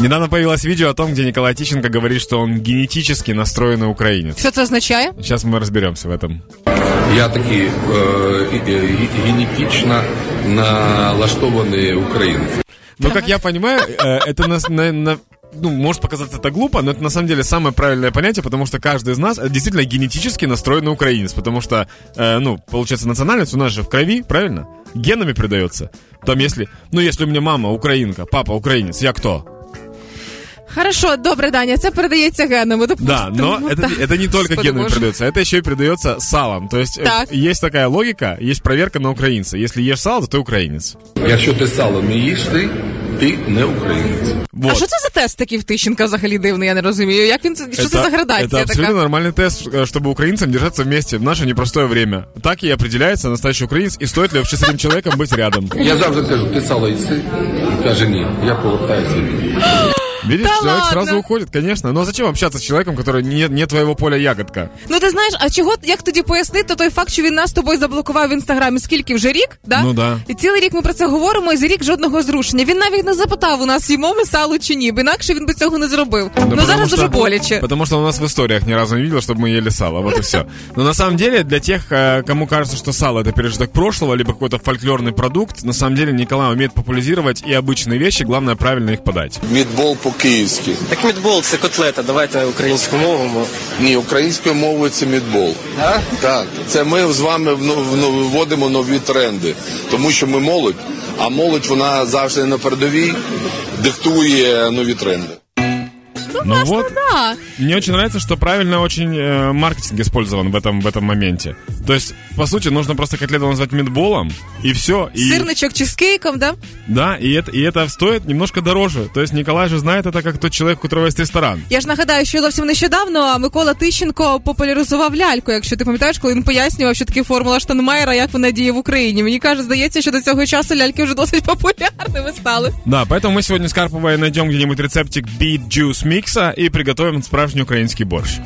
Недавно появилось видео о том, где Николай Тищенко говорит, что он генетически настроенный украинец. Що це означає? Сейчас мы разберемся в этом. Я такий е, і- і- генетично налаштований українець. Ну, как я понимаю, э, это нас на- на- ну, может показаться это глупо, но это на самом деле самое правильное понятие, потому что каждый из нас э, действительно генетически настроенный украинец, потому что, э, ну, получается, национальность у нас же в крови, правильно? Генами придается. Там если, ну, если у меня мама украинка, папа украинец, я кто? Хорошо, добре, Даня, це передається генами. Да, но допустимо, это, так. это не только Господи генами боже. придается, это еще и придается салом. То есть э, Так. есть такая логика, есть проверка на украинца. Если ешь сало, то ты украинец. А Якщо ти сало не їш, ти, ти не українець. Вот. А що це за тест такий в Тищенка взагалі дивний? Я не розумію. Як він це що це, за Это градація абсолютно така? нормальный тест, э, чтобы украинцам держаться вместе в наше непростое время. Так и определяется настоящий украинец, и стоит ли вообще с этим человеком быть рядом. Я завжди кажу, ти сало їси? Він каже, ні, я повертаюся. Видишь, Да человек ладно? сразу уходит, конечно. Но зачем общаться с человеком, который не, не твоего поля ягодка? Ну ти знаєш, а чого як тоді пояснити той факт, що він нас з тобою заблокував в інстаграмі? Скільки вже рік? Да? Ну да. І цілий рік ми про це говоримо, і за рік жодного зрушення. Він навіть не запитав у нас їмо ми сало чи ні, бо інакше він би цього не зробив. Да ну потому зараз что- дуже боляче. Потому что у нас в историях ни разу не видел, чтобы мы ели сало. Вот и все. Но на самом деле, для тех, э, кому кажется, что сало это пережиток прошлого, либо какой-то фольклорный продукт, на самом деле Николай умеет популяризировать и обычные вещи, главное правильно их подать. Мідбол по-київськи. Так мідбол це котлета, давайте українську мову. Ні, українською мовою це мідбол. Так, це ми з вами вно- вно- вводимо нові тренди, тому що ми молодь, а молодь вона завжди на передовій диктує нові тренди. Ну вот. Да. Мне очень нравится, что правильно очень э, маркетинг использован в этом, в этом моменте. То есть, по сути, нужно просто котлету назвать мидболом, и все. И, Сирничок чи з кейком, да? Да, и это, и это стоит немножко дороже. То есть Николай же знает это как тот человек, у которого есть ресторан. Я ж нагадаю, що зовсім нещодавно Микола Тищенко популяризував ляльку. Якщо ти пам'ятаєш, коли він пояснював, що таке формула Штанмайера, як вона діє в Україні. Мені каже, здається, що до цього часу ляльки вже досить популярними стали. Да, поэтому мы сегодня с Карповой найдем где-нибудь рецептик Beet Juice Mix и приготовим справжний украинский борщ.